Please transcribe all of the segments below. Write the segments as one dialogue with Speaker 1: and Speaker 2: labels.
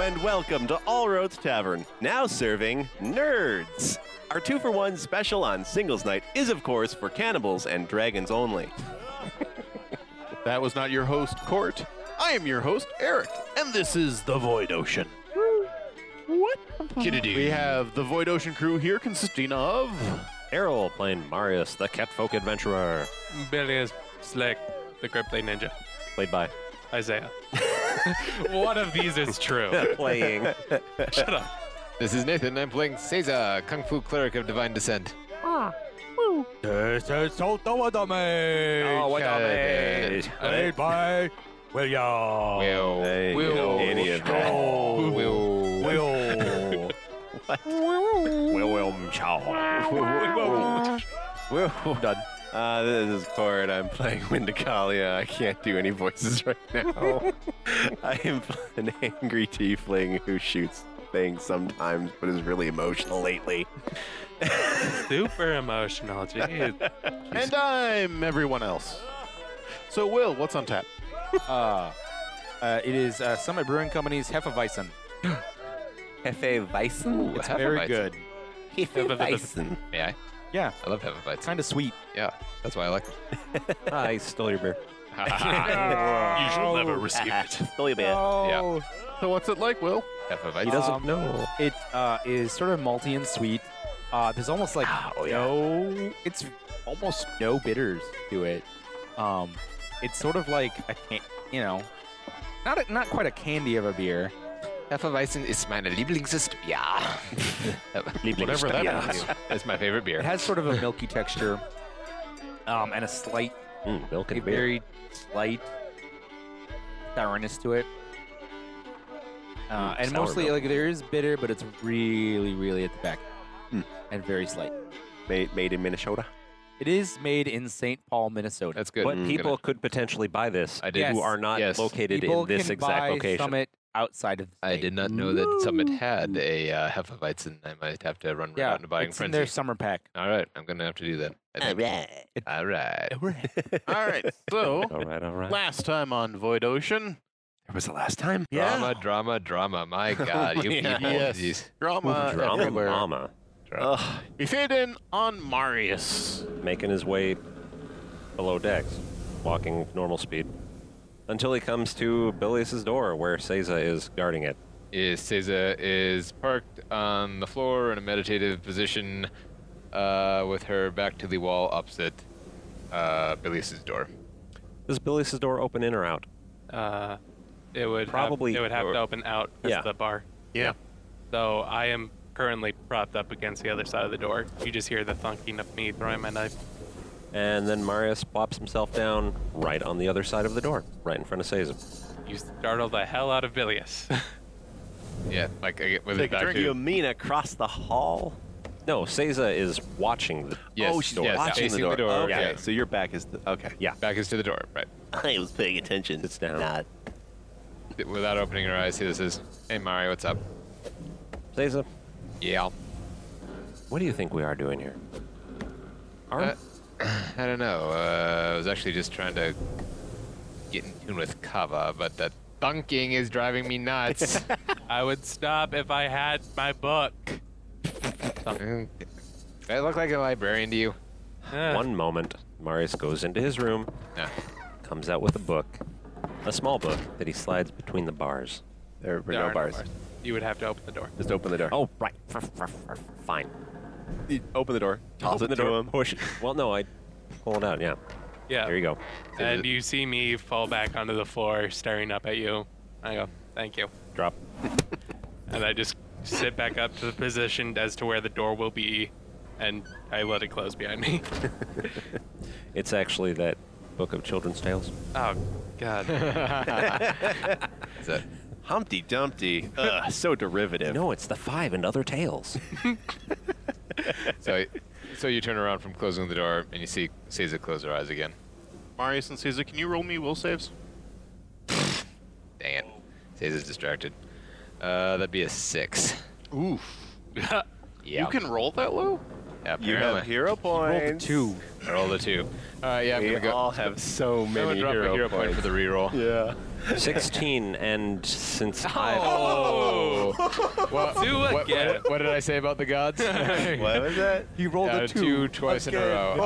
Speaker 1: and welcome to All Roads Tavern, now serving nerds. Our two for one special on singles night is, of course, for cannibals and dragons only.
Speaker 2: That was not your host, Court. I am your host, Eric, and this is the Void Ocean. We have the Void Ocean crew here consisting of.
Speaker 3: Errol playing Marius, the catfolk adventurer,
Speaker 4: Billy is Slick, the Cryptid Ninja.
Speaker 3: played by
Speaker 4: Isaiah. One of these is true.
Speaker 1: Playing.
Speaker 4: Shut up.
Speaker 5: This is Nathan. I'm playing Caesar, Kung Fu Cleric of Divine Descent.
Speaker 6: This is Soto
Speaker 7: Oh,
Speaker 6: Wadame,
Speaker 5: what
Speaker 6: played by
Speaker 4: Oh,
Speaker 6: William.
Speaker 5: Will.
Speaker 1: Hey,
Speaker 5: Will.
Speaker 1: you Any of that.
Speaker 6: Will.
Speaker 5: Will.
Speaker 6: Will.
Speaker 3: Wilhelm Chow.
Speaker 1: We're done. Uh, this is Cord. I'm playing Windicalia. I can't do any voices right now. I am an angry tiefling who shoots things sometimes, but is really emotional lately.
Speaker 4: Super emotional. Jeez.
Speaker 2: And I'm everyone else. So, Will, what's on tap?
Speaker 7: Uh, uh, it is uh, Summit Brewing Company's Hefeweizen.
Speaker 1: Hefe Weissen?
Speaker 7: It's very
Speaker 5: Hefeweizen.
Speaker 7: good.
Speaker 1: Hefe Weissen.
Speaker 5: May I?
Speaker 7: Yeah.
Speaker 5: I love Hefeweizen.
Speaker 7: Kind of sweet.
Speaker 5: Yeah, that's why I like it.
Speaker 3: I stole your beer.
Speaker 4: you shall never receive it.
Speaker 1: Stole your beer.
Speaker 7: Oh.
Speaker 2: So, what's it like, Will?
Speaker 5: Hefeweizen.
Speaker 3: He doesn't
Speaker 7: Um,
Speaker 3: know.
Speaker 7: It uh, is sort of malty and sweet. Uh, there's almost like no, it's almost no bitters to it. Um, it's sort of like a, can- you know, not a, not quite a candy of a beer.
Speaker 5: Hefeweizen is meine Lieblingsist. Yeah.
Speaker 2: Whatever that means.
Speaker 5: That's my favorite
Speaker 7: It
Speaker 5: beer.
Speaker 7: has sort of a milky texture, um, and a slight,
Speaker 3: Mm, milk
Speaker 7: a
Speaker 3: and beer.
Speaker 7: very slight sourness to it. Uh,
Speaker 3: Mm,
Speaker 7: and
Speaker 3: sour
Speaker 7: mostly,
Speaker 3: milk.
Speaker 7: like there is bitter, but it's really, really at the back,
Speaker 1: Mm.
Speaker 7: and very slight.
Speaker 1: Made, made in Minnesota.
Speaker 7: It is made in St. Paul, Minnesota.
Speaker 5: That's good.
Speaker 3: But
Speaker 5: I'm
Speaker 3: people
Speaker 5: gonna-
Speaker 3: could potentially buy this
Speaker 5: I did.
Speaker 3: who
Speaker 7: Yes.
Speaker 3: are not
Speaker 5: Yes.
Speaker 3: located
Speaker 7: People
Speaker 3: in this
Speaker 7: can
Speaker 3: exact
Speaker 7: buy
Speaker 3: location.
Speaker 7: Summit outside of the
Speaker 5: I
Speaker 7: state.
Speaker 5: did not know that Summit had a uh, Hefeweizen. I might have to run right
Speaker 7: Yeah,
Speaker 5: out and buy
Speaker 7: it's
Speaker 5: frenzy.
Speaker 7: in their summer pack.
Speaker 5: All right, I'm gonna have to do that. I think. All right.
Speaker 2: All right. So,
Speaker 3: All right, all right.
Speaker 2: last time on Void Ocean.
Speaker 1: It was the last time.
Speaker 5: Drama, drama, drama. My God, you
Speaker 2: Yeah.
Speaker 5: people.
Speaker 2: Yes.
Speaker 5: Jeez.
Speaker 2: Drama,
Speaker 3: Drama
Speaker 2: everywhere.
Speaker 3: Mama
Speaker 1: Ugh.
Speaker 2: We fade in on Marius.
Speaker 3: making his way below decks, walking normal speed, until he comes to Bilius's door where Seiza is guarding it.
Speaker 5: is Seiza is parked on the floor in a meditative position uh, with her back to the wall opposite uh, Bilius's door.
Speaker 3: Does Bilius's door open in or out?
Speaker 4: Uh, it would
Speaker 3: Probably-
Speaker 4: Have, it would have
Speaker 3: or-
Speaker 4: to open out as
Speaker 3: Yeah.
Speaker 4: the bar.
Speaker 2: Yeah.
Speaker 4: So I am currently propped up against the other side of the door. You just hear the thunking of me throwing my knife.
Speaker 3: And then Marius plops himself down right on the other side of the door, right in front of Seiza.
Speaker 4: You startle the hell out of Bilius.
Speaker 5: Yeah, like I get with his
Speaker 1: Take
Speaker 5: back
Speaker 1: a You
Speaker 5: to.
Speaker 1: mean across the hall?
Speaker 3: No, Seiza is watching the.
Speaker 5: Yes,
Speaker 1: oh, she's
Speaker 5: yes,
Speaker 1: watching
Speaker 5: facing the door.
Speaker 1: Okay,
Speaker 5: yeah.
Speaker 1: so your back is the, okay.
Speaker 5: Back is to the door, right?
Speaker 1: I was paying attention.
Speaker 3: It's down.
Speaker 1: Not.
Speaker 5: Without opening her eyes, Seiza says, "Hey, Mario, what's up?"
Speaker 3: Seiza,
Speaker 5: Yeah.
Speaker 3: what do you think we are doing here? Are
Speaker 5: Uh, I don't know. Uh, I was actually just trying to get in tune with Kava, but the thunking is driving me nuts.
Speaker 4: I would stop if I had my book.
Speaker 5: Mm. Do I look like a librarian to you?
Speaker 4: Eh,
Speaker 3: One moment, Marius goes into his room,
Speaker 5: No.
Speaker 3: comes out with a book, a small book that he slides between the bars.
Speaker 1: There were
Speaker 4: there
Speaker 1: no
Speaker 4: are
Speaker 1: bars.
Speaker 4: You would have to open the door.
Speaker 1: Just open the door.
Speaker 3: Oh, right. Fine.
Speaker 1: You open the door. Toss
Speaker 3: Open
Speaker 1: it
Speaker 3: the door.
Speaker 1: to him. Oh.
Speaker 3: Push. it. Well, no, I pull it out. Yeah.
Speaker 4: Yeah.
Speaker 3: There you go.
Speaker 4: And you see me fall back onto the floor, staring up at you. I go, thank you.
Speaker 3: Drop.
Speaker 4: And I just sit back up to the position as to where the door will be, and I let it close behind me.
Speaker 3: It's actually that book of children's tales.
Speaker 4: Oh, God.
Speaker 5: Is that?
Speaker 1: Humpty Dumpty. Ugh, so derivative.
Speaker 3: No, it's the five and other tales.
Speaker 5: So, so you turn around from closing the door and you see Caesar close her eyes again.
Speaker 2: Marius and Caesar, can you roll me will saves?
Speaker 5: Dang it. Caesar's distracted. Uh, that'd be a six.
Speaker 2: Oof.
Speaker 5: Yeah.
Speaker 2: You can roll that low?
Speaker 5: Yeah,
Speaker 8: You have
Speaker 5: apparently.
Speaker 8: hero points.
Speaker 9: two.
Speaker 5: I rolled a two. All right, yeah, I'm
Speaker 8: We
Speaker 5: gonna go.
Speaker 8: all have so
Speaker 5: I'm gonna
Speaker 8: many
Speaker 5: drop
Speaker 8: hero,
Speaker 5: a hero point
Speaker 8: points.
Speaker 5: for the reroll.
Speaker 8: yeah.
Speaker 3: 16, and since I've.
Speaker 5: Oh! What,
Speaker 4: Do
Speaker 5: what,
Speaker 4: again.
Speaker 5: what- what did I say about the gods?
Speaker 8: What was that?
Speaker 9: He rolled
Speaker 5: Yeah,
Speaker 9: a two.
Speaker 5: two twice in a row.
Speaker 9: Again.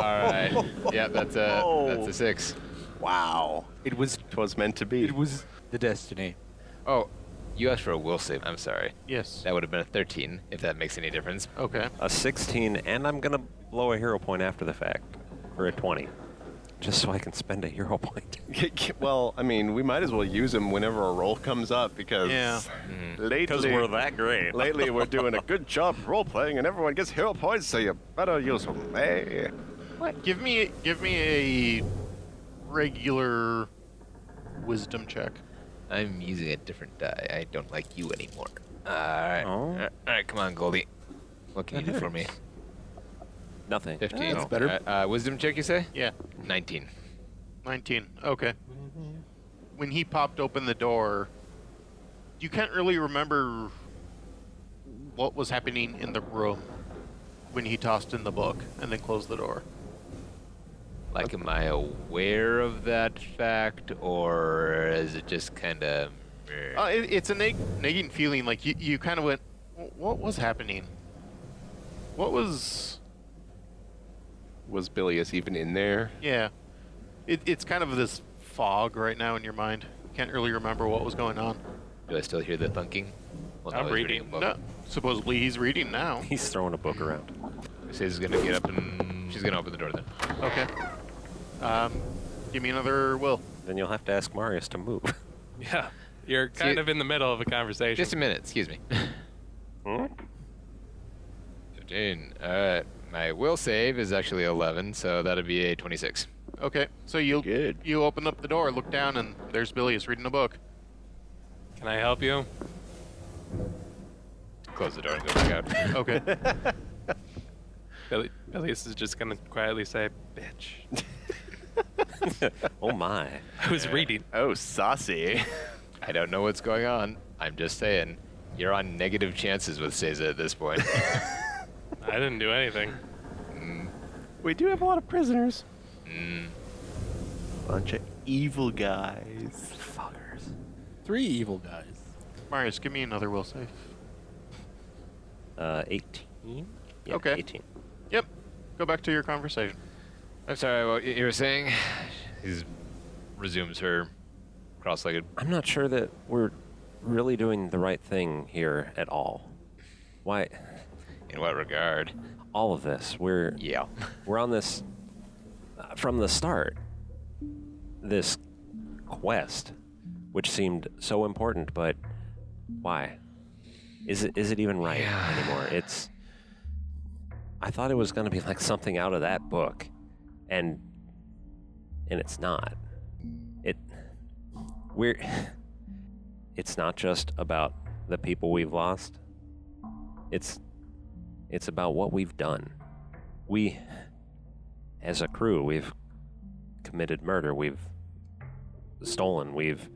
Speaker 5: All right. Yep, that's a that's a six.
Speaker 8: Wow.
Speaker 9: It was
Speaker 8: It was meant to be.
Speaker 9: it was the destiny.
Speaker 5: Oh, you asked for a will save. I'm sorry.
Speaker 2: Yes.
Speaker 5: That would have been a 13 if that makes any difference.
Speaker 2: Okay.
Speaker 3: a 16, and I'm gonna blow a hero point after the fact for a 20, just so I can spend a hero point.
Speaker 8: well, I mean, we might as well use them whenever a roll comes up because
Speaker 2: Yeah.
Speaker 8: Mm-hmm. lately,
Speaker 3: that great.
Speaker 8: lately we're doing a good job role playing and everyone gets hero points, so you better use eh? them. Hey.
Speaker 2: Give me give me a regular wisdom check.
Speaker 5: I'm using a different die. I don't like you anymore. All right.
Speaker 4: Oh.
Speaker 3: Oh.
Speaker 5: All right, come on, Goldie. What can you do for me?
Speaker 3: Nothing.
Speaker 5: 15.
Speaker 8: That's better.
Speaker 5: All right, uh, wisdom check, you say?
Speaker 1: Yeah,
Speaker 5: 19.
Speaker 1: 19. Okay. When he popped open the door, you can't really remember what was happening in the room when he tossed in the book and then closed the door.
Speaker 5: Like, am I aware of that fact, or is it just kind of.
Speaker 8: Oh,
Speaker 1: Uh, it, it's a neg- nagging feeling. Like you, you kind of went, "Wh- what was happening? What was?
Speaker 8: Was Bilius even in there?
Speaker 1: Yeah, it, it's kind of this fog right now in your mind. Can't really remember what was going on.
Speaker 5: Do I still hear the thunking? Well, no,
Speaker 4: I'm
Speaker 5: he's
Speaker 4: reading.
Speaker 5: a book.
Speaker 1: No, supposedly he's reading now.
Speaker 3: He's throwing a book around.
Speaker 5: She's gonna get up and she's gonna open the door then.
Speaker 1: Okay. Um, give me another will.
Speaker 3: Then you'll have to ask Marius to move.
Speaker 4: Yeah. You're kind
Speaker 5: it-
Speaker 4: of in the middle of a conversation.
Speaker 5: Just a minute, excuse me.
Speaker 3: Hmm?
Speaker 5: Fifteen. All right. My will save is actually eleven, so that'll be a twenty-six.
Speaker 1: Okay, so you
Speaker 8: Good.
Speaker 1: you open up the door, look down, and there's Billy. He's reading a book.
Speaker 4: Can I help you?
Speaker 5: Close the door and go back out.
Speaker 1: Okay.
Speaker 4: Billy, Billius is just going to quietly say, bitch.
Speaker 3: oh my.
Speaker 4: I was reading.
Speaker 8: Oh, saucy.
Speaker 5: I don't know what's going on. I'm just saying, you're on negative chances with Seiza at this point.
Speaker 4: I didn't do anything.
Speaker 8: we do have a lot of prisoners. Bunch of evil guys.
Speaker 7: Three evil guys.
Speaker 1: Marius, give me another will save.
Speaker 3: Uh, 18? Yeah,
Speaker 1: Okay.
Speaker 3: 18.
Speaker 1: Yep. Go back to your conversation.
Speaker 5: I'm sorry. What you were saying? He resumes her cross-legged.
Speaker 3: I'm not sure that we're really doing the right thing here at all. Why?
Speaker 5: In what regard?
Speaker 3: All of this. We're.
Speaker 5: Yeah.
Speaker 3: we're on this uh, from the start this quest which seemed so important but why is it is it even right
Speaker 5: Yeah.
Speaker 3: anymore it's i thought it was going to be like something out of that book and and it's not it we're it's not just about the people we've lost it's it's about what we've done we as a crew we've committed murder we've stolen we've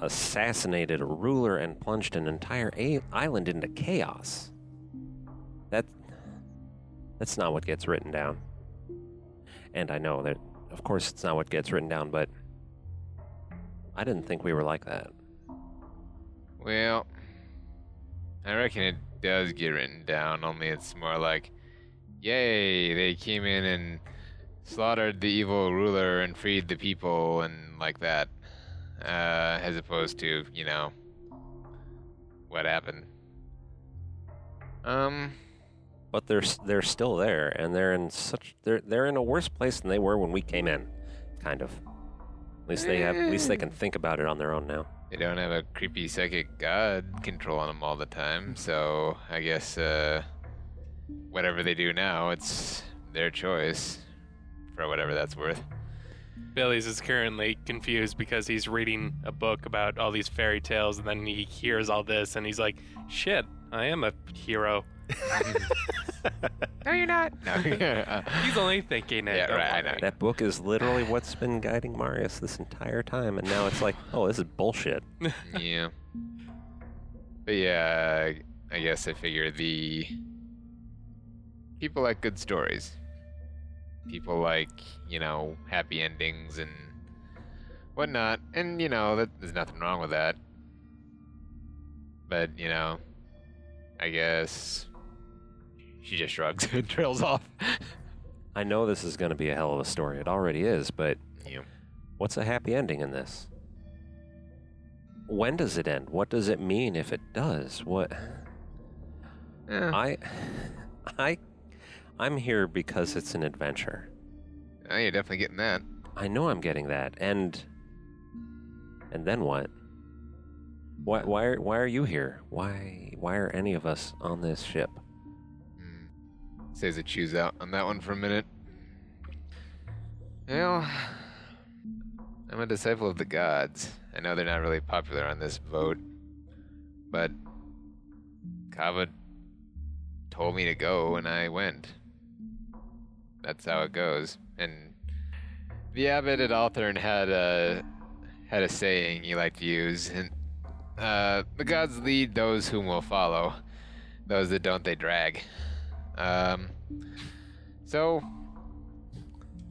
Speaker 3: assassinated a ruler and plunged an entire a- island into chaos that that's not what gets written down and i know that of course it's not what gets written down but i didn't think we were like that
Speaker 5: Well, I reckon it does get written down, only it's more like, yay, they came in and slaughtered the evil ruler and freed the people and like that, uh, as opposed to, you know, what happened. Um,
Speaker 3: but they're s- they're still there and they're in such they're they're in a worse place than they were when we came in kind of at least they have at least they can think about it on their own now
Speaker 5: they don't have a creepy psychic god controlling them all the time, so I guess, uh, whatever they do now, it's their choice, for whatever that's worth.
Speaker 4: Billy's is currently confused because he's reading a book about all these fairy tales and then he hears all this and he's like, shit, I am a hero.
Speaker 5: No, you're not. No.
Speaker 4: He's only thinking it.
Speaker 5: Yeah,
Speaker 4: don't
Speaker 5: right, I
Speaker 4: worry.
Speaker 5: know.
Speaker 3: That book is literally what's been guiding Marius this entire time, and now it's like, oh, this is bullshit.
Speaker 5: yeah. But yeah, I guess I figure the people like good stories. People like, you know, happy endings and whatnot. And, you know, that, there's nothing wrong with that. But, you know, I guess she just shrugs and trails off.
Speaker 3: I know this is going to be a hell of a story. It already is, but
Speaker 5: Yeah.
Speaker 3: what's a happy ending in this? When does it end? What does it mean if it does? What
Speaker 5: Eh,
Speaker 3: I I I'm here because it's an adventure.
Speaker 5: oh, you're definitely getting that.
Speaker 3: I know I'm getting that. And and then what? Why why are, why are you here? Why why are any of us on this ship?
Speaker 5: Says it chews out on that one for a minute. Well, I'm a disciple of the gods. I know they're not really popular on this boat, but Kava told me to go and I went. That's how it goes. And the abbot at Althorn had a had a saying he liked to use, and uh, the gods lead those whom will follow. Those that don't, they drag. Um, so,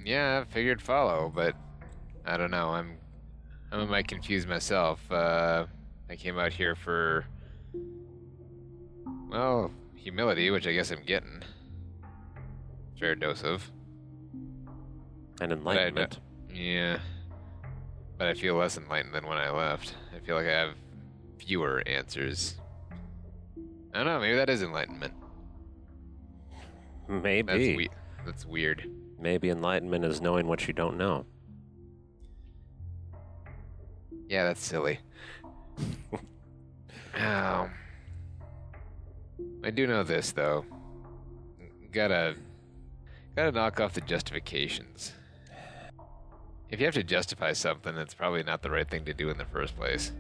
Speaker 5: yeah, I figured follow, but I don't know. I'm, I'm I might confuse myself. Uh, I came out here for, well, humility, which I guess I'm getting. Fair dose of.
Speaker 3: And enlightenment.
Speaker 5: Yeah. But I feel less enlightened than when I left. I feel like I have fewer answers. I don't know, maybe that is enlightenment.
Speaker 3: Maybe.
Speaker 5: That's we- that's weird.
Speaker 3: Maybe enlightenment is knowing what you don't know.
Speaker 5: Yeah, that's silly. um, I do know this though. Gotta gotta knock off the justifications. If you have to justify something, it's probably not the right thing to do in the first place.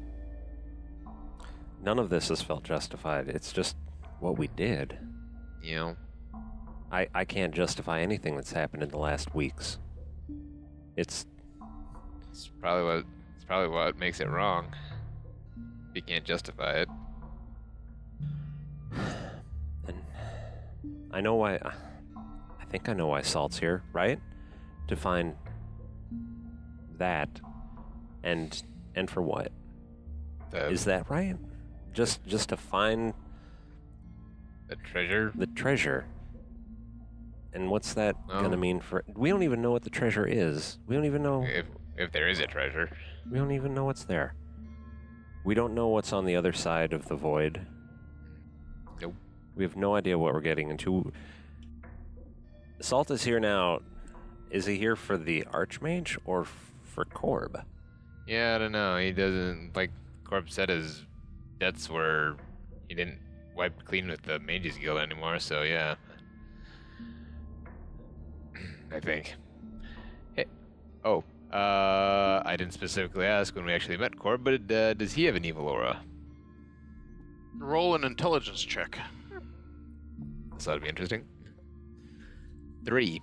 Speaker 3: None of this has felt justified. It's just what we did.
Speaker 5: You know?
Speaker 3: I, I can't justify anything that's happened in the last weeks. It's
Speaker 5: It's probably what it's probably what makes it wrong. If you can't justify it.
Speaker 3: and I know why uh, I think I know why Salt's here, right? To find that and and for what?
Speaker 5: The,
Speaker 3: Is that right? Just just to find
Speaker 5: the treasure?
Speaker 3: the treasure. And what's that
Speaker 5: Oh. Eh.
Speaker 3: gonna mean for we don't even know what the treasure is. We don't even know
Speaker 5: If if there is a treasure.
Speaker 3: We don't even know what's there. We don't know what's on the other side of the void.
Speaker 5: Nope.
Speaker 3: We have no idea what we're getting into. Salt is here now. Is he here for the Archmage or f- for Korb?
Speaker 5: Yeah, I don't know. He doesn't like Corp said his debts were he didn't wipe clean with the Mages Guild anymore, so yeah. I think. Hey, oh, uh, I didn't specifically ask when we actually met Corb, but uh, does he have an evil aura?
Speaker 1: Roll an intelligence check.
Speaker 5: This ought to be interesting. Three.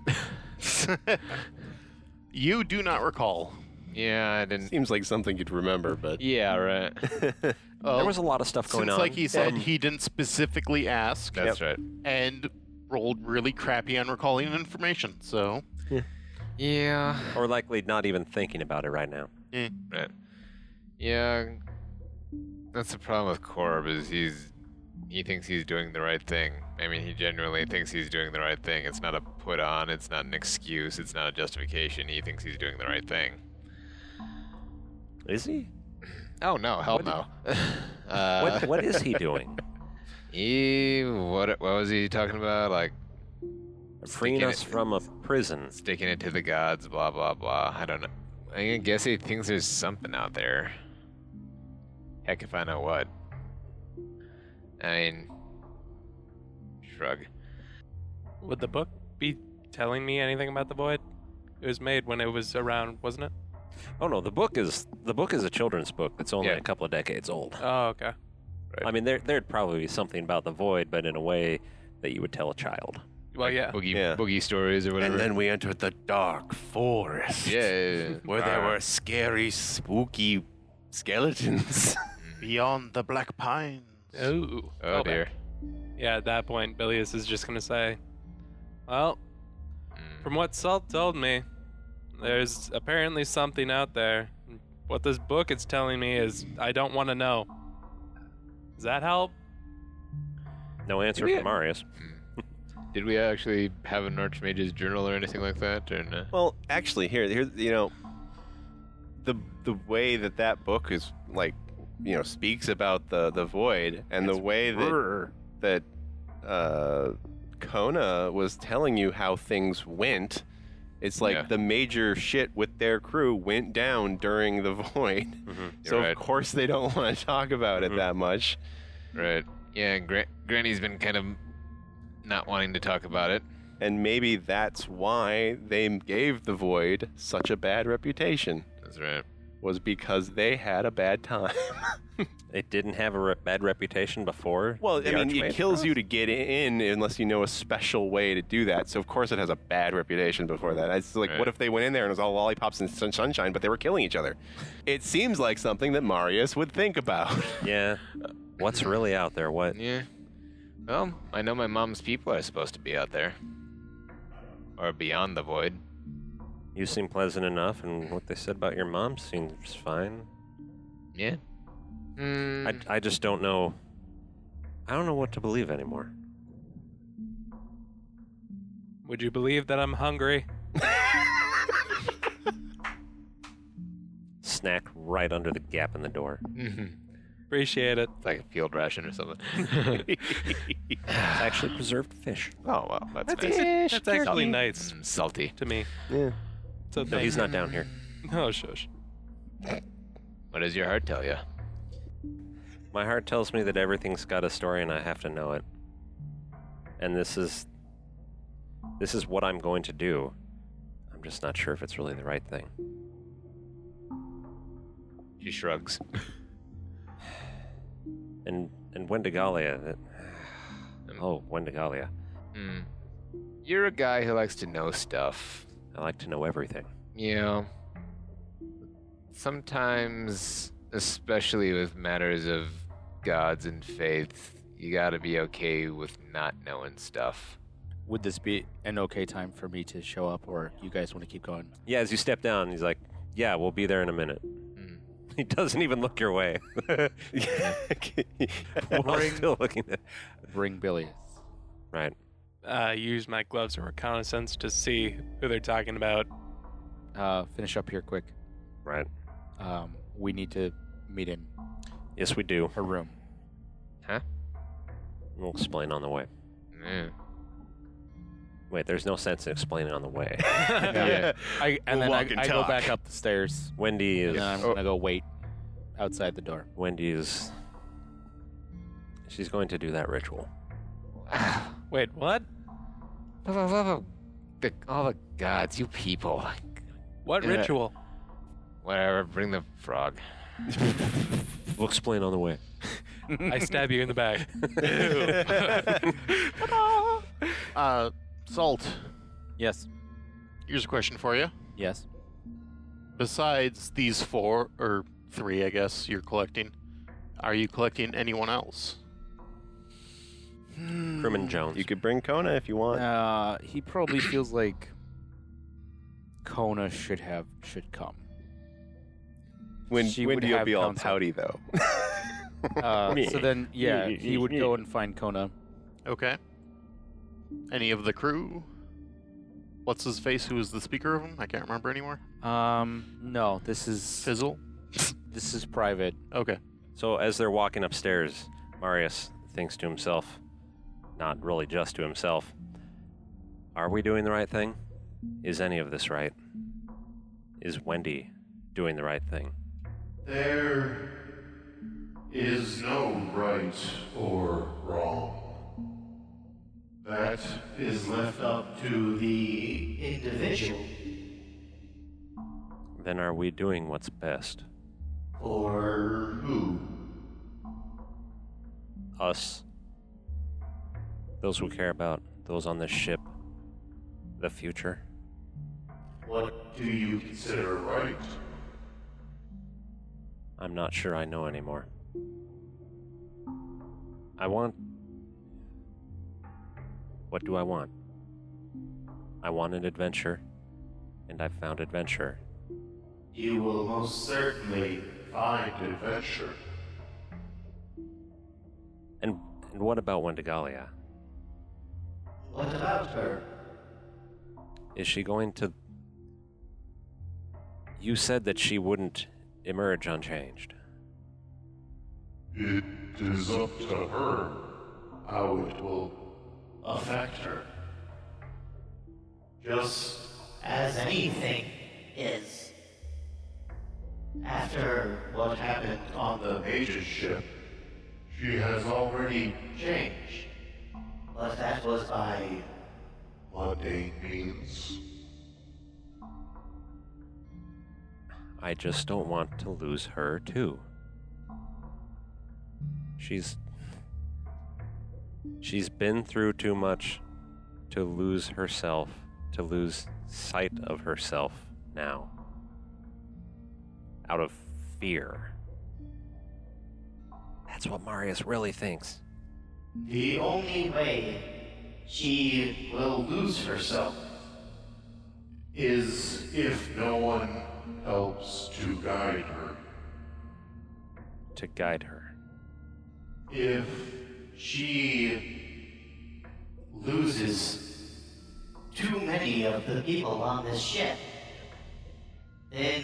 Speaker 1: You do not recall.
Speaker 5: yeah, I didn't.
Speaker 8: Seems like something you'd remember, but
Speaker 5: Yeah, right.
Speaker 3: there
Speaker 1: Oh,
Speaker 3: was a lot of stuff going
Speaker 1: since,
Speaker 3: on. Um,
Speaker 1: like he said, he didn't specifically ask
Speaker 5: That's right.
Speaker 1: and rolled really crappy on recalling information. So
Speaker 5: Yeah.
Speaker 3: or likely not even thinking about it right now.
Speaker 5: Right. Yeah. That's the problem with Corb is he's he thinks he's doing the right thing. I mean, he genuinely thinks he's doing the right thing. It's not a put on. It's not an excuse. It's not a justification. He thinks he's doing the right thing.
Speaker 3: Is he?
Speaker 5: Oh no, hell
Speaker 3: What
Speaker 5: no. uh,
Speaker 3: what, what is he doing?
Speaker 5: He what? What was he talking about? Like
Speaker 3: Freeing
Speaker 5: Sticking
Speaker 3: us
Speaker 5: it-
Speaker 3: from a prison.
Speaker 5: sticking it to the gods, blah blah blah. I don't know. I guess he thinks there's something out there. Heck, if I know what. I mean, shrug.
Speaker 4: Would the book be telling me anything about the void? It was made when it was around, wasn't it?
Speaker 3: Oh no, the book is the book is a children's book that's only
Speaker 5: Yeah.
Speaker 3: a couple of decades old.
Speaker 4: Oh, okay.
Speaker 3: I mean, there there'd probably be something about the void, but in a way that you would tell a child.
Speaker 4: Well, yeah.
Speaker 5: Boogie,
Speaker 8: Uh, Yeah.
Speaker 5: boogie stories or whatever.
Speaker 8: And then we entered the dark forest.
Speaker 5: yeah, yeah, yeah.
Speaker 8: Where there
Speaker 5: Ah,
Speaker 8: were scary, spooky skeletons.
Speaker 1: beyond the black pines.
Speaker 4: Ooh.
Speaker 5: Oh dear.
Speaker 4: Yeah, at that point, Bilius is just gonna say, Well,
Speaker 8: Hmm.
Speaker 5: Mm.
Speaker 4: from what Salt told me, there's apparently something out there. What this book is telling me is I don't want to know. Does that help?
Speaker 3: No answer
Speaker 5: Maybe
Speaker 3: from Marius.
Speaker 5: Did we actually have an Archmage's journal or anything like that, or no?
Speaker 8: Well, actually, here, here, you know, the the way that that book is like, you know, speaks about the the void, and the way that that uh, Kona was telling you how things went. It's like
Speaker 5: Yeah.
Speaker 8: the major shit with their crew went down during the void.
Speaker 5: Mm-hmm.
Speaker 8: So
Speaker 5: You're right. Mm-hmm.
Speaker 8: of course they don't want to talk about it that much.
Speaker 5: Right. Yeah, gra- Granny's been kind of not wanting to talk about it.
Speaker 8: And maybe that's why they gave the void such a bad reputation
Speaker 5: That's right.
Speaker 8: was because they had a bad time.
Speaker 3: It didn't have a re- bad reputation before.
Speaker 8: Well,
Speaker 3: the
Speaker 8: I mean,
Speaker 3: Archmage.
Speaker 8: it kills you to get in unless you know a special way to do that. So of course it has a bad reputation before that. It's like,
Speaker 5: Right.
Speaker 8: what if they went in there and it was all lollipops and sun- sunshine, but they were killing each other? It seems like something that Marius would think about.
Speaker 3: Yeah. What's really out there? What?
Speaker 5: Yeah. Well, I know my mom's people are supposed to be out there. Or beyond the void.
Speaker 3: You seem pleasant enough, and what they said about your mom seems fine.
Speaker 5: Yeah. Hmm.
Speaker 3: I, I just don't know. I don't know what to believe anymore.
Speaker 4: Would you believe that I'm hungry?
Speaker 3: Snack right under the gap in the door.
Speaker 4: Appreciate it.
Speaker 5: It's like a field ration or something.
Speaker 3: It's actually preserved fish.
Speaker 5: oh, wow. That's,
Speaker 4: That's,
Speaker 5: nice.
Speaker 4: that's actually nice
Speaker 5: Mm, salty.
Speaker 4: to me.
Speaker 8: Yeah.
Speaker 4: So
Speaker 3: No,
Speaker 4: thanks.
Speaker 3: he's not down here.
Speaker 4: No, shush.
Speaker 5: What does your heart tell you?
Speaker 3: My heart tells me that everything's got a story, and I have to know it. And this is this is what I'm going to do. I'm just not sure if it's really the right thing.
Speaker 5: She shrugs.
Speaker 3: And and Wendigalia. That, oh, Wendigalia.
Speaker 5: Hmm. You're a guy who likes to know stuff.
Speaker 3: I like to know everything.
Speaker 5: you know, sometimes, especially with matters of gods and faith, you gotta be okay with not knowing stuff.
Speaker 7: Would this be an okay time for me to show up, or you guys want to keep going?
Speaker 3: Yeah, as you step down, he's like, "Yeah, we'll be there in a minute." He doesn't even look your way. While still looking at-
Speaker 7: Bring Billy.
Speaker 3: Right.
Speaker 4: Uh, use my gloves of reconnaissance to see who they're talking about.
Speaker 7: Uh, finish up here quick.
Speaker 3: Right.
Speaker 7: Um, we need to meet in
Speaker 3: Yes, we do.
Speaker 7: her room.
Speaker 3: We'll explain on the way.
Speaker 5: Yeah.
Speaker 3: Wait, there's no sense in explaining on the way.
Speaker 5: Yeah.
Speaker 7: I, and then
Speaker 8: We'll
Speaker 7: I,
Speaker 8: walk and
Speaker 7: I go
Speaker 8: talk.
Speaker 7: back up the stairs,
Speaker 3: Wendy is
Speaker 7: and I'm gonna go wait outside the door.
Speaker 3: Wendy is she's going to do that ritual.
Speaker 4: Wait, what?
Speaker 5: For the love of the, all the gods, you people.
Speaker 4: What
Speaker 5: Yeah.
Speaker 4: ritual?
Speaker 5: Whatever, bring the frog.
Speaker 3: We'll explain on the way.
Speaker 4: I stab you in the back.
Speaker 1: Uh, Salt,
Speaker 7: Yes.
Speaker 1: here's a question for you.
Speaker 7: Yes.
Speaker 1: Besides these four, or three, I guess, you're collecting, are you collecting anyone else?
Speaker 3: Crimin Jones.
Speaker 8: Mm. you could bring Kona if you want.
Speaker 7: Uh, he probably feels like Kona should have should come.
Speaker 8: when
Speaker 7: she
Speaker 8: when
Speaker 7: would
Speaker 8: do you
Speaker 7: have
Speaker 8: be all
Speaker 7: counsel.
Speaker 8: pouty though?
Speaker 7: Uh, so then, yeah, he would go and find Kona.
Speaker 1: Okay. Any of the crew? What's his face? Who was the speaker of them? I can't remember anymore.
Speaker 7: Um, no, this is
Speaker 1: Fizzle?
Speaker 7: this is private.
Speaker 1: Okay.
Speaker 3: So as they're walking upstairs, Marius thinks to himself, not really just to himself, are we doing the right thing? Is any of this right? Is Wendy doing the right thing?
Speaker 10: There is no right or wrong. That is left up to the individual
Speaker 3: Then are we doing what's best?
Speaker 10: or who.
Speaker 3: Us, those we care about, those on this ship, the future.
Speaker 10: What do you consider right?
Speaker 3: I'm not sure I know anymore. I want. What do I want? I want an adventure, and I've found adventure.
Speaker 10: You will most certainly find adventure.
Speaker 3: And, and what about Wendigalia?
Speaker 10: What about her?
Speaker 3: Is she going to. You said that she wouldn't emerge unchanged.
Speaker 10: It is up to her how it will affect her. Just
Speaker 11: as anything is. After
Speaker 10: what happened on the Mage's ship, she has already
Speaker 11: change, but that was by
Speaker 10: mundane means.
Speaker 3: I just don't want to lose her, too. She's. She's been through too much to lose herself, to lose sight of herself now. Out of fear. That's what Marius really thinks.
Speaker 11: the only way she will lose herself.
Speaker 10: is if no one helps to guide her.
Speaker 3: To guide her.
Speaker 10: If she
Speaker 11: Loses too many of the people on this ship. Then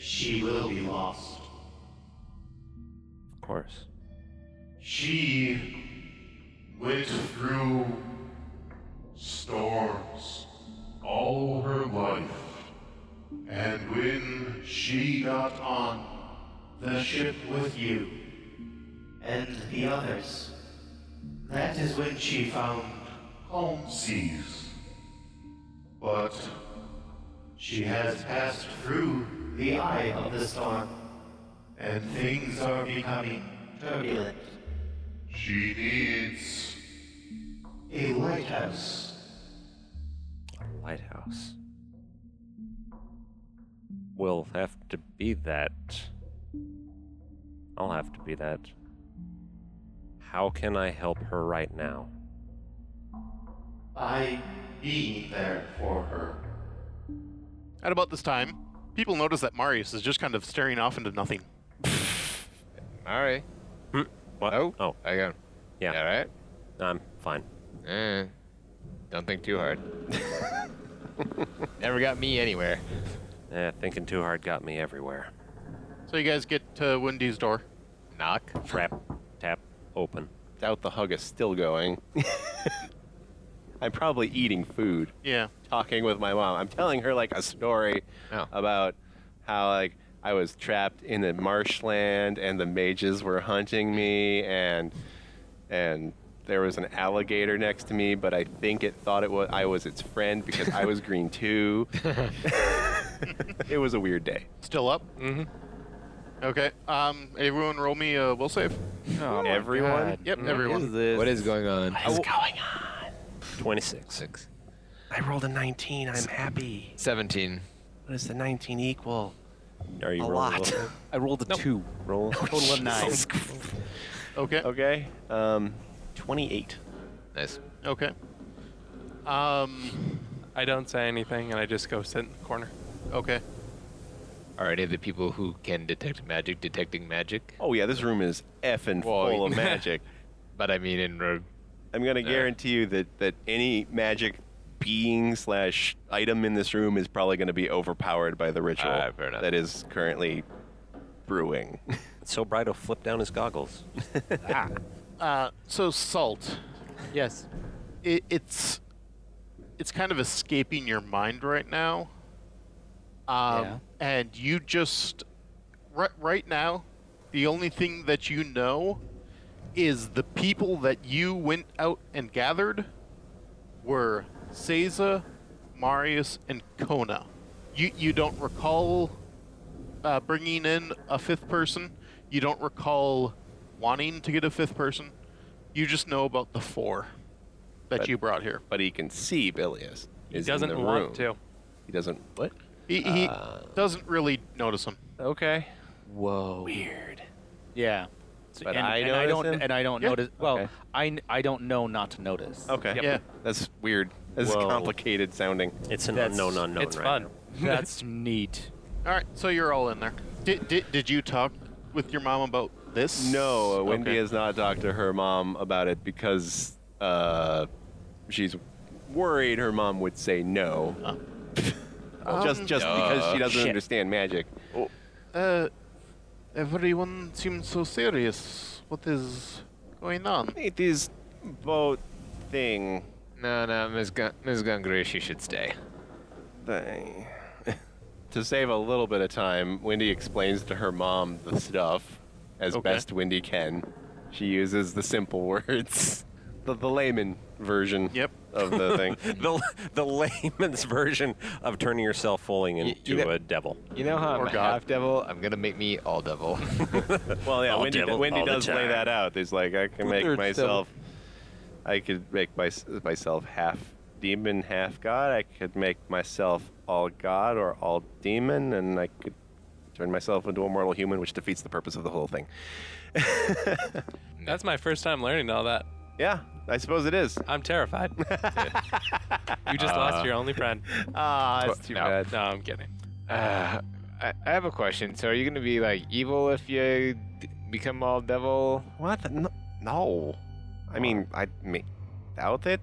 Speaker 11: she will be lost.
Speaker 3: Of course.
Speaker 10: she went through storms all her life, and when she got on the ship with you,
Speaker 11: And the others.
Speaker 10: That is when she found home seas. But she has passed through
Speaker 11: The eye of the storm.
Speaker 10: and things are becoming.
Speaker 11: Turbulent.
Speaker 10: She needs a lighthouse.
Speaker 3: Lighthouse. Will have to be that. I'll have to be that. How can I help her right now?
Speaker 10: by being there for her.
Speaker 1: At about this time, people notice that Marius is just kind of staring off into nothing.
Speaker 5: All right.
Speaker 3: What?
Speaker 5: Oh.
Speaker 3: Oh,
Speaker 5: I got him.
Speaker 3: Yeah.
Speaker 5: All right.
Speaker 3: I'm fine.
Speaker 5: Eh, don't think too hard. Never got me anywhere.
Speaker 3: Eh, thinking too hard got me everywhere.
Speaker 1: So you guys get to Wendy's door.
Speaker 5: Knock.
Speaker 3: Trap, tap, open.
Speaker 8: Doubt the hug is still going. I'm probably eating food,
Speaker 1: Yeah.
Speaker 8: talking with my mom. I'm telling her like a story
Speaker 5: Oh.
Speaker 8: about how like I was trapped in a marshland and the mages were hunting me and and there was an alligator next to me, but I think it thought it was I was its friend because I was green too. it was a weird day.
Speaker 1: Still up. Mm-hmm. Okay. Um. Everyone, roll me a will save.
Speaker 8: Everyone,
Speaker 1: Yep. Everyone.
Speaker 5: Oh What is going on?
Speaker 8: what is going on?
Speaker 3: 26.
Speaker 5: Six.
Speaker 8: I rolled a 19. I'm happy.
Speaker 5: Seventeen.
Speaker 8: What is the 19 equal?
Speaker 3: Are you
Speaker 8: A
Speaker 3: rolling
Speaker 8: lot.
Speaker 3: low?
Speaker 7: I rolled a two.
Speaker 3: Roll.
Speaker 7: Total of nine.
Speaker 1: Okay.
Speaker 8: Okay. Um, 28.
Speaker 5: Nice.
Speaker 1: Okay. Um.
Speaker 4: I don't say anything, and I just go sit in the corner.
Speaker 1: Okay.
Speaker 5: Are any of the people who can detect magic detecting magic?
Speaker 8: Oh yeah, this room is effing
Speaker 5: Whoa.
Speaker 8: full of magic.
Speaker 5: But I mean, in rogue.
Speaker 8: I'm gonna guarantee you that that any magic being slash item in this room is probably gonna be overpowered by the ritual
Speaker 5: Ah, fair enough.
Speaker 8: that is currently brewing.
Speaker 3: So Brido flipped down his goggles.
Speaker 1: Uh. So salt.
Speaker 7: Yes.
Speaker 1: It, it's. It's kind of escaping your mind right now. Um,
Speaker 7: Yeah.
Speaker 1: And you just. Right, right now, the only thing that you know is the people that you went out and gathered were Seiza, Marius, and Kona. You you don't recall uh, bringing in a fifth person. You don't recall wanting to get a fifth person. You just know about the four that
Speaker 8: But-
Speaker 1: you brought here.
Speaker 8: but he can see Bilius.
Speaker 4: He
Speaker 8: is in
Speaker 4: doesn't
Speaker 8: the
Speaker 4: want
Speaker 8: room.
Speaker 4: to.
Speaker 8: He doesn't. What?
Speaker 1: He, he
Speaker 8: uh,
Speaker 1: doesn't really notice them.
Speaker 8: Okay.
Speaker 7: Whoa.
Speaker 8: Weird.
Speaker 7: Yeah. So-
Speaker 8: But
Speaker 7: and,
Speaker 8: I
Speaker 7: and I
Speaker 8: notice
Speaker 7: don't
Speaker 8: him?
Speaker 7: and I don't
Speaker 1: Yeah.
Speaker 7: notice. Well,
Speaker 8: Okay.
Speaker 7: I, I don't know not to notice.
Speaker 8: Okay.
Speaker 1: Yeah.
Speaker 8: That's weird. This is
Speaker 3: Whoa.
Speaker 8: complicated sounding.
Speaker 3: It's an unknown unknown
Speaker 4: it's
Speaker 3: right
Speaker 4: fun.
Speaker 3: now.
Speaker 7: That's neat.
Speaker 1: All right, so you're all in there. Did did, did you talk with your mom about this?
Speaker 8: No, Uh, Wendy
Speaker 1: Okay.
Speaker 8: has not talked to her mom about it because uh, she's worried her mom would say no. just just because she doesn't
Speaker 3: Shit.
Speaker 8: understand magic.
Speaker 1: Uh, everyone seems so serious. What is going on?
Speaker 8: It is boat thing.
Speaker 5: No, no, Ms. Gun- Ms. Gungry, she should stay.
Speaker 8: thing. to save a little bit of time, Wendy explains to her mom the stuff as
Speaker 1: Okay.
Speaker 8: best Wendy can. She uses the simple words, the, the layman version
Speaker 1: Yep.
Speaker 8: of the thing.
Speaker 3: the the layman's version of turning yourself fully
Speaker 5: you
Speaker 3: into
Speaker 5: got-
Speaker 3: a devil.
Speaker 5: You know how I'm
Speaker 1: Or God.
Speaker 5: half devil? I'm gonna make me all devil.
Speaker 8: Well, yeah,
Speaker 3: All
Speaker 8: Wendy,
Speaker 3: devil
Speaker 8: Wendy
Speaker 3: all the
Speaker 8: does lay
Speaker 3: time.
Speaker 8: that out. There's like, I can make
Speaker 9: Two-thirds
Speaker 8: myself, I could make my, myself half demon, half god. I could make myself all god or all demon, and I could turn myself into a mortal human, which defeats the purpose of the whole thing.
Speaker 4: That's my first time learning all that.
Speaker 8: Yeah, I suppose it is.
Speaker 4: I'm terrified. you just lost your only friend.
Speaker 8: Ah, that's too
Speaker 5: No.
Speaker 8: bad.
Speaker 4: No, I'm kidding.
Speaker 5: Uh, I, I have a question. So, are you gonna be like evil if you d- become all devil?
Speaker 8: What? No. no. I mean, I may- doubt it.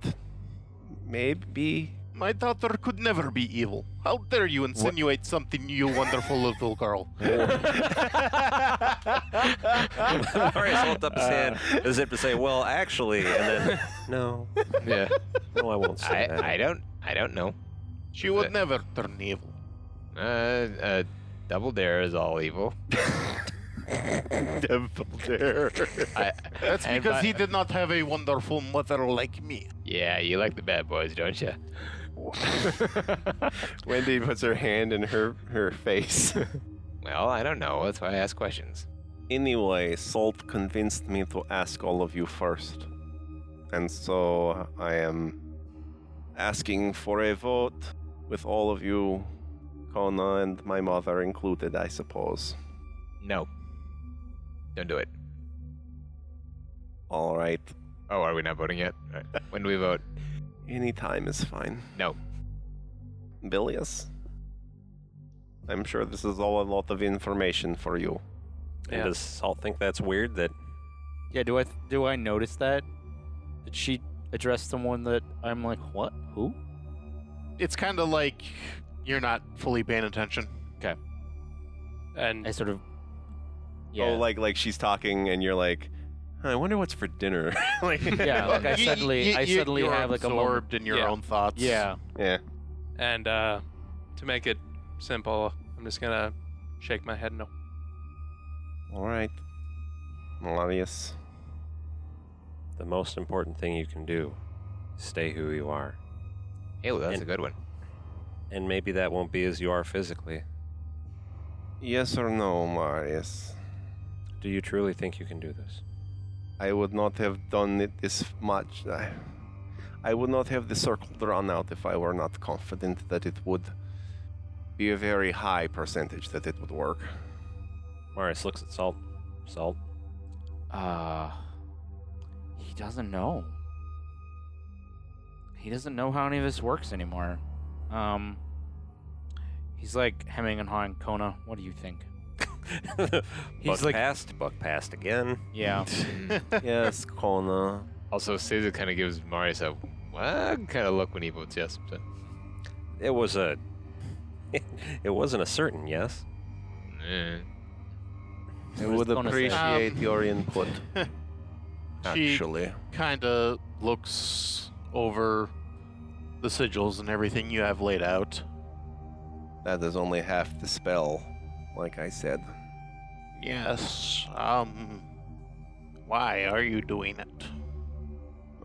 Speaker 8: Maybe.
Speaker 1: My daughter could never be evil. How dare you insinuate something, you wonderful little girl?
Speaker 3: Marius holds up his hand as if to say, "Well, actually," and then, "No,
Speaker 5: Yeah.
Speaker 3: no, I won't say
Speaker 5: I,
Speaker 3: that."
Speaker 5: I don't. I don't know.
Speaker 1: She would
Speaker 5: it-
Speaker 1: never turn evil.
Speaker 5: Uh, uh, double dare is all evil.
Speaker 8: Devil dare.
Speaker 5: I,
Speaker 1: That's
Speaker 5: and
Speaker 1: because
Speaker 5: by-
Speaker 1: he did not have a wonderful mother like me.
Speaker 5: Yeah, you like the bad boys, don't you?
Speaker 8: Wendy puts her hand in her, her face.
Speaker 5: Well, I don't know. That's why I ask questions.
Speaker 8: anyway, Salt convinced me to ask all of you first. And so I am asking for a vote with all of you, Kona and my mother included, I suppose.
Speaker 5: No. Don't do it.
Speaker 8: All right.
Speaker 5: Oh, are we not voting yet? All right. When do we vote?
Speaker 8: Any time is fine.
Speaker 5: No.
Speaker 8: Bilious? I'm sure this is all a lot of information for you.
Speaker 3: And does Salt think that's weird? That
Speaker 7: Yeah. Do I th- do I notice that? Did she address someone that I'm like, what? Who?
Speaker 1: It's kind of like you're not fully paying attention.
Speaker 4: And
Speaker 7: I sort of. Yeah.
Speaker 8: Oh, like like she's talking and you're like, "Huh, I wonder what's for dinner. like,
Speaker 7: yeah. Like I
Speaker 1: You- you-
Speaker 7: suddenly,
Speaker 1: you-
Speaker 7: I
Speaker 1: you-
Speaker 7: suddenly
Speaker 1: you're
Speaker 7: have like a moment.
Speaker 1: absorbed in your
Speaker 4: Yeah.
Speaker 1: own thoughts.
Speaker 7: Yeah.
Speaker 8: yeah.
Speaker 4: and uh, to make it simple, I'm just gonna shake my head no.
Speaker 8: All right. Melodious.
Speaker 3: the most important thing you can do, is stay who you are,
Speaker 5: Hey, well, that's
Speaker 3: And-
Speaker 5: a good one.
Speaker 3: and maybe that won't be as you are physically.
Speaker 8: Yes or no, Marius?
Speaker 3: Do you truly think you can do this?
Speaker 8: I would not have done it this much. I, I would not have the circle drawn out if I were not confident that it would be a very high percentage that it would work.
Speaker 3: Marius looks at Salt. Salt,
Speaker 7: Uh, he doesn't know. He doesn't know how any of this works anymore. Um, he's like hemming and hawing. Kona, what do you think?
Speaker 3: buck
Speaker 7: like-
Speaker 3: past, buck past again.
Speaker 7: Yeah.
Speaker 8: yes, Kona.
Speaker 5: Also, Caesar kind of gives Marius a what kind of look when he votes yes. So.
Speaker 3: It was a, it wasn't a certain yes.
Speaker 5: eh.
Speaker 8: I
Speaker 7: What
Speaker 8: would
Speaker 7: does Kona say?
Speaker 8: appreciate
Speaker 1: Um,
Speaker 8: your input,
Speaker 1: She
Speaker 8: actually.
Speaker 1: kind of looks over the sigils and everything you have laid out.
Speaker 8: That is only half the spell, like I said.
Speaker 1: Yes. Um. Why are you doing it?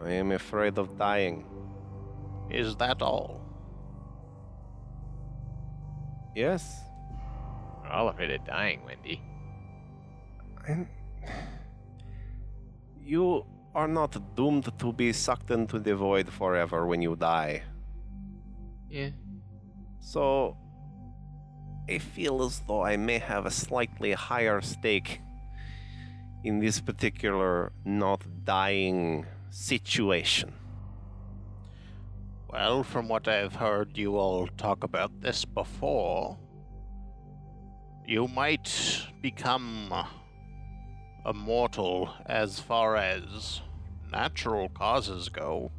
Speaker 8: I am afraid of dying.
Speaker 1: Is that all?
Speaker 8: Yes.
Speaker 5: We're all afraid of dying, Wendy.
Speaker 8: I'm... You are not doomed to be sucked into the void forever when you die.
Speaker 5: Yeah.
Speaker 8: So, I feel as though I may have a slightly higher stake in this particular not dying situation.
Speaker 1: Well, from what I've heard you all talk about this before, you might become immortal as far as natural causes go.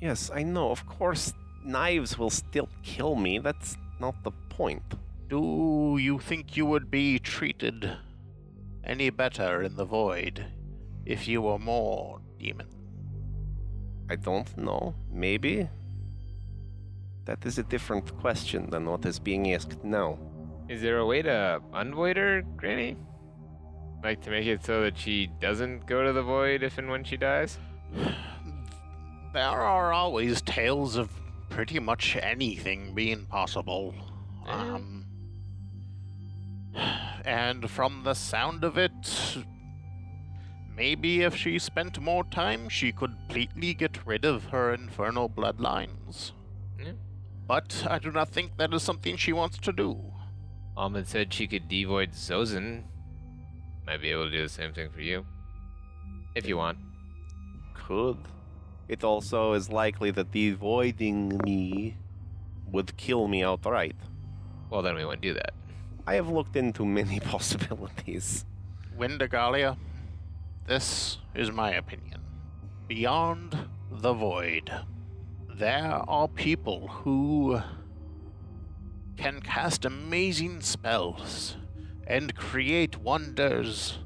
Speaker 8: Yes, I know. Of course, knives will still kill me. That's not the point.
Speaker 1: Do you think you would be treated any better in the void if you were more demon?
Speaker 8: I don't know. Maybe? That is a different question than what is being asked now.
Speaker 5: Is there a way to unvoid her, Granny? Like to make it so that she doesn't go to the void if and when she dies?
Speaker 1: There are always tales of pretty much anything being possible. Um, and from the sound of it, maybe if she spent more time, she could completely get rid of her infernal bloodlines.
Speaker 5: Yeah.
Speaker 1: But I do not think that is something she wants to do.
Speaker 5: Ahmed said she could devoid Zozen. Might be able to do the same thing for you. If you want.
Speaker 8: Could. It also is likely that devoiding me would kill me outright.
Speaker 5: Well, then we wouldn't do that.
Speaker 8: I have looked into many possibilities.
Speaker 1: Windigalia, this is my opinion. Beyond the void, there are people who can cast amazing spells and create wonders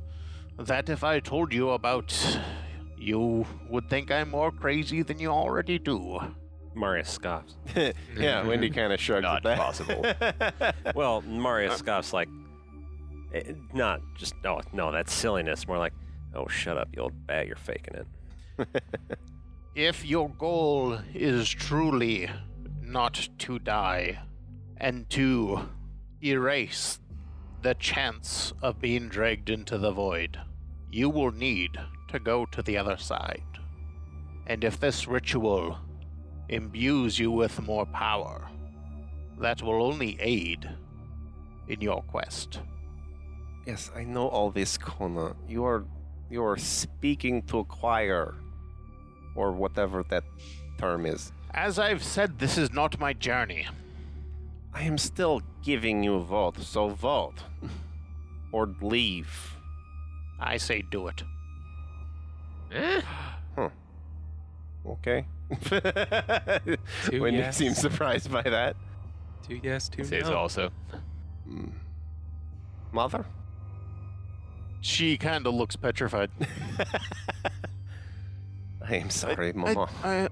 Speaker 1: that if I told you about, you would think I'm more crazy than you already do.
Speaker 3: Marius scoffs.
Speaker 8: yeah, Wendy kind of shrugs
Speaker 3: Not
Speaker 8: at that.
Speaker 3: possible. well, Marius scoffs like, eh, not just, oh, no, that's silliness. More like, oh, shut up, you old bat, you're faking it.
Speaker 1: If your goal is truly not to die and to erase the chance of being dragged into the void, you will need to go to the other side. And if this ritual imbues you with more power, that will only aid in your quest.
Speaker 8: Yes, I know all this, Kona. You are you are speaking to a choir or whatever that term is.
Speaker 1: As I've said, this is not my journey.
Speaker 8: I am still giving you a vote, so vote. or leave.
Speaker 1: I say do it.
Speaker 5: Eh?
Speaker 8: Okay. Wendy
Speaker 4: yes.
Speaker 8: seems surprised by that.
Speaker 4: Two yes, two
Speaker 5: Says
Speaker 4: no.
Speaker 5: also.
Speaker 8: Mm. Mother?
Speaker 1: She kind of looks petrified.
Speaker 8: I am sorry, Mama.
Speaker 1: I,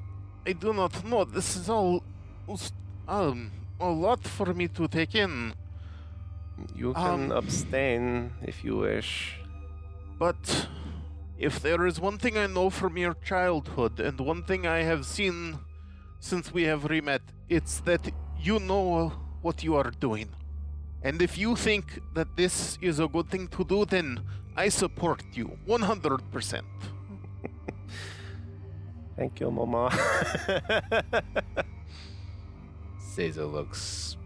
Speaker 1: I do not know. This is all, s- um, a lot for me to take in.
Speaker 8: you can
Speaker 1: um,
Speaker 8: abstain if you wish.
Speaker 1: But if there is one thing I know from your childhood, and one thing I have seen since we have remet, it's that you know what you are doing. And if you think that this is a good thing to do, then I support you 100%.
Speaker 8: Thank you, Mama.
Speaker 5: Seiza looks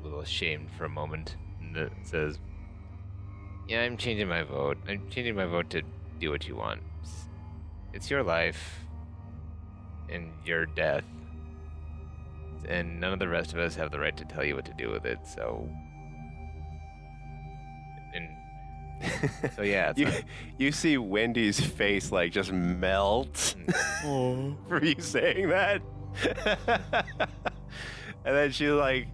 Speaker 5: a little ashamed for a moment and th- says, Yeah, I'm changing my vote. I'm changing my vote to do what you want. It's- It's your life and your death. And none of the rest of us have the right to tell you what to do with it, so. And. So, yeah. it's
Speaker 8: you,
Speaker 5: like-
Speaker 8: you see Wendy's face like just melt for you saying that. and then she like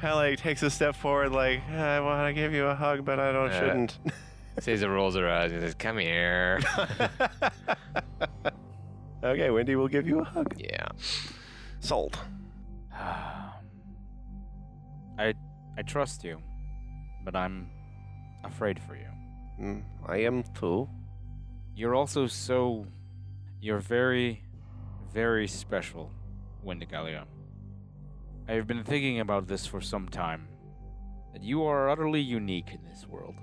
Speaker 8: kind of like takes a step forward like I want to give you a hug but I don't
Speaker 5: Uh,
Speaker 8: shouldn't.
Speaker 5: Seiza rolls her eyes and says, Come here.
Speaker 8: okay, Wendy will give you a hug.
Speaker 5: yeah.
Speaker 8: Sold.
Speaker 7: Um, I I trust you, but I'm afraid for you.
Speaker 8: Mm, I am too.
Speaker 7: You're also so you're very very special, Wendigalia. I have been thinking about this for some time. That you are utterly unique in this world.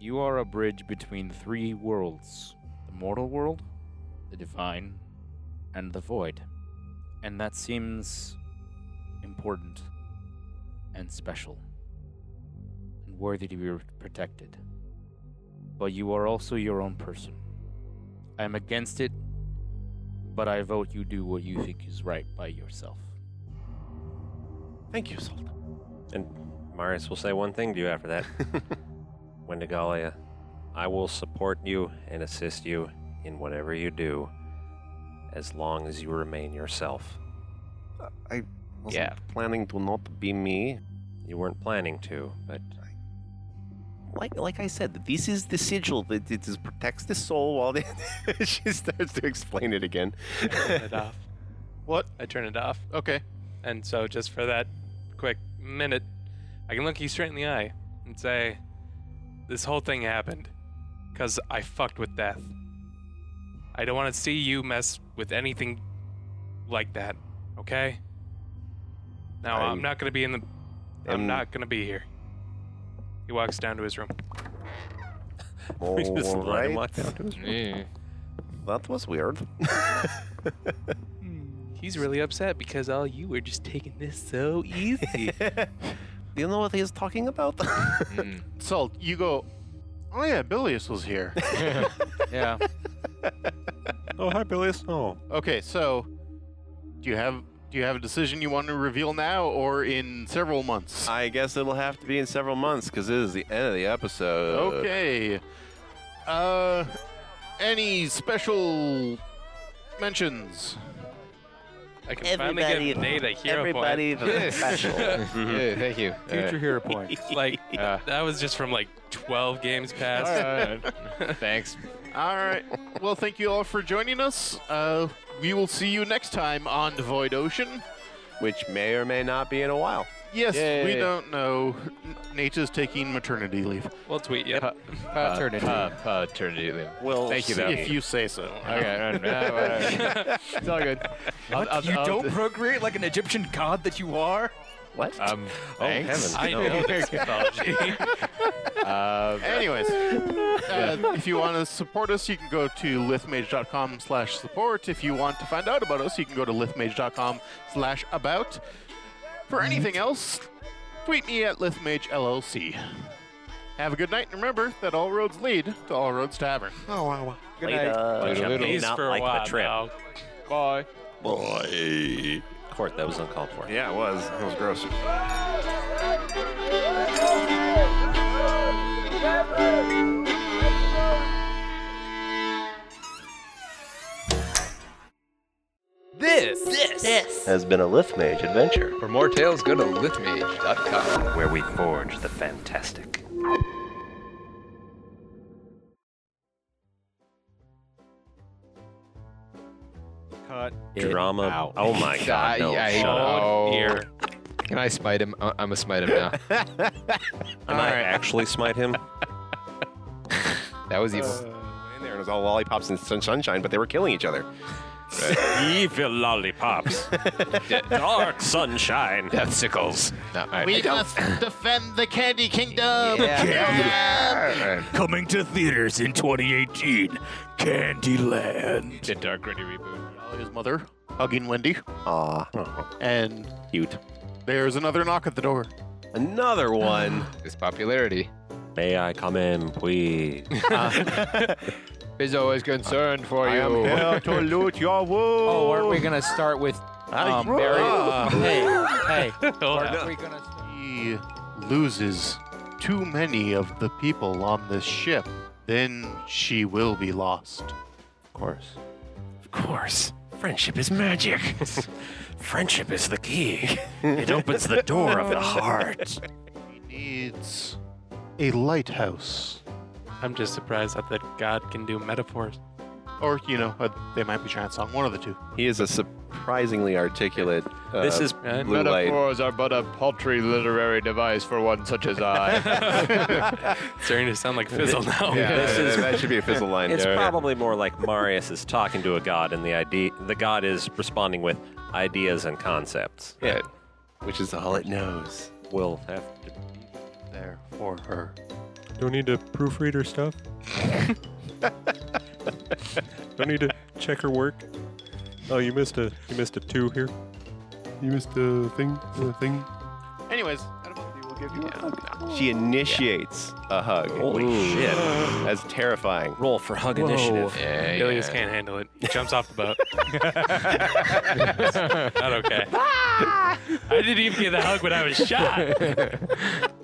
Speaker 7: You are a bridge between three worlds the mortal world, the divine, and the void. And that seems important and special and worthy to be protected. But you are also your own person. I am against it, but I vote you do what you think is right by yourself.
Speaker 8: Thank you, Sultan.
Speaker 3: And Marius will say one thing to you after that. Wendigalia, I will support you and assist you in whatever you do as long as you remain yourself.
Speaker 8: I wasn't planning to not be me.
Speaker 3: You weren't planning to, but
Speaker 8: Like like I said, this is the sigil that it is, protects the soul while they, she starts to explain it again.
Speaker 4: turn it off.
Speaker 1: What?
Speaker 4: I turn it off.
Speaker 1: Okay.
Speaker 4: And so, just for that quick minute, I can look you straight in the eye and say, This whole thing happened because I fucked with death. I don't want to see you mess with anything like that, okay? Now, I'm,
Speaker 8: I'm-
Speaker 4: not going to be in the. I'm
Speaker 8: I'm-
Speaker 4: not going to be here. He walks down to his room.
Speaker 3: we just
Speaker 8: All
Speaker 3: let him
Speaker 8: right.
Speaker 3: walk down to his room.
Speaker 5: Yeah.
Speaker 8: That was weird.
Speaker 4: Hmm, He's really upset because all you were just taking this so easy.
Speaker 8: Do you know what he's talking about?
Speaker 5: Mm.
Speaker 1: Salt, you go, oh yeah, Bilius was here.
Speaker 7: Yeah.
Speaker 3: Oh, hi, Billius. Oh.
Speaker 1: okay, so do you have do you have a decision you want to reveal now or in several months?
Speaker 8: I guess it'll have to be in several months because it is the end of the episode.
Speaker 1: okay. Uh any special mentions?
Speaker 4: I can finally get
Speaker 8: Everybody-
Speaker 4: him data hero point.
Speaker 8: Everybody that's special.
Speaker 5: yeah, thank you.
Speaker 7: Mm-hmm. Future hero point.
Speaker 4: like
Speaker 5: Uh,
Speaker 4: that was just from like 12 games
Speaker 5: all
Speaker 4: past.
Speaker 5: right. Thanks.
Speaker 1: All right. Well, thank you all for joining us. Uh, we will see you next time on Void Ocean.
Speaker 8: Which may or may not be in a while.
Speaker 1: Yes, we
Speaker 5: Yay.
Speaker 1: don't know. N- Nate is taking maternity leave.
Speaker 4: We'll tweet you.
Speaker 5: Paternity. Paternity. leave.
Speaker 8: Well,
Speaker 5: Thank you, though.
Speaker 1: If you say so.
Speaker 5: Okay. no, no, no. it's all good. I'll- I'll-
Speaker 9: you
Speaker 5: I'll-
Speaker 9: don't procreate like an Egyptian god that you are?
Speaker 8: What?
Speaker 5: Um, thanks.
Speaker 4: I know this mythology.
Speaker 5: Um,
Speaker 1: Anyways, uh, if you want to support us, you can go to lithmage.com slash support. If you want to find out about us, you can go to lithmage.com slash about. For anything else, tweet me at lithmage LLC. Have a good night, and remember that all roads lead to All Roads Tavern.
Speaker 9: Good night.
Speaker 3: Which I
Speaker 5: Doodle-doodle.
Speaker 3: may
Speaker 4: These
Speaker 3: not
Speaker 4: for a
Speaker 3: like
Speaker 4: while
Speaker 3: the trip.
Speaker 4: now.
Speaker 5: bye.
Speaker 8: Boy.
Speaker 3: Court, that was uncalled for.
Speaker 8: Yeah, it was. It was gross.
Speaker 5: This.
Speaker 8: Has been a Lift Mage adventure.
Speaker 5: For more tales, go to lithmage.com.
Speaker 3: Where we forge the fantastic.
Speaker 9: Cut.
Speaker 3: Drama.
Speaker 9: out.
Speaker 3: Oh my god. No,
Speaker 5: I- I-
Speaker 3: shut up.
Speaker 5: oh.
Speaker 4: Here.
Speaker 5: Can I smite him? I- I'm a smite him now.
Speaker 3: Am I actually smite him?
Speaker 5: That was evil.
Speaker 8: in there and it was all lollipops and sun- sunshine, but they were killing each other.
Speaker 3: Evil lollipops. Dark sunshine.
Speaker 5: Popsicles. No, all right.
Speaker 1: must defend the Candy Kingdom!
Speaker 5: All right.
Speaker 9: Coming to theaters in 2018, Candyland.
Speaker 5: The Dark Gritty reboot.
Speaker 1: His mother hugging Wendy,
Speaker 8: Aw,
Speaker 3: Oh,
Speaker 1: and
Speaker 8: cute.
Speaker 1: there's another knock at the door.
Speaker 8: Another one.
Speaker 5: His popularity.
Speaker 3: May I come in, please?
Speaker 5: He's always concerned for you.
Speaker 8: to loot your wound.
Speaker 7: Oh, aren't we gonna start with um, Barry? hey, hey. Aren't we gonna start?
Speaker 1: He loses too many of the people on this ship, then she will be lost.
Speaker 8: Of course.
Speaker 3: Of course. Friendship is magic. Friendship is the key. It opens the door of the heart.
Speaker 1: He needs a lighthouse.
Speaker 4: I'm just surprised that the god can do metaphors.
Speaker 1: Or, you know, uh, they might be trying to song one of the two.
Speaker 8: He is a surprisingly articulate. Uh,
Speaker 3: This is
Speaker 4: Right?
Speaker 8: Blue light.
Speaker 5: Metaphors are but a paltry literary device for one such as I.
Speaker 4: starting to sound like Fizzle now.
Speaker 8: This is that should be a fizzle line.
Speaker 3: It's
Speaker 8: there.
Speaker 3: probably more like Marius is talking to a god, and the idea the god is responding with ideas and concepts.
Speaker 8: Yeah. Which is all it knows.
Speaker 3: We'll have to.
Speaker 1: There for her.
Speaker 12: Don't need to proofread her stuff. Don't need to check her work. Oh, you missed a you missed a two here. You missed a thing. A thing.
Speaker 1: Anyways, I don't know if you want
Speaker 8: She initiates a hug.
Speaker 3: Holy shit.
Speaker 8: That's terrifying.
Speaker 3: Roll for hug initiative.
Speaker 5: Yeah,
Speaker 4: Ilias
Speaker 5: yeah.
Speaker 4: can't handle it. He jumps off the boat. Not okay. I didn't even get the hug when I was shot.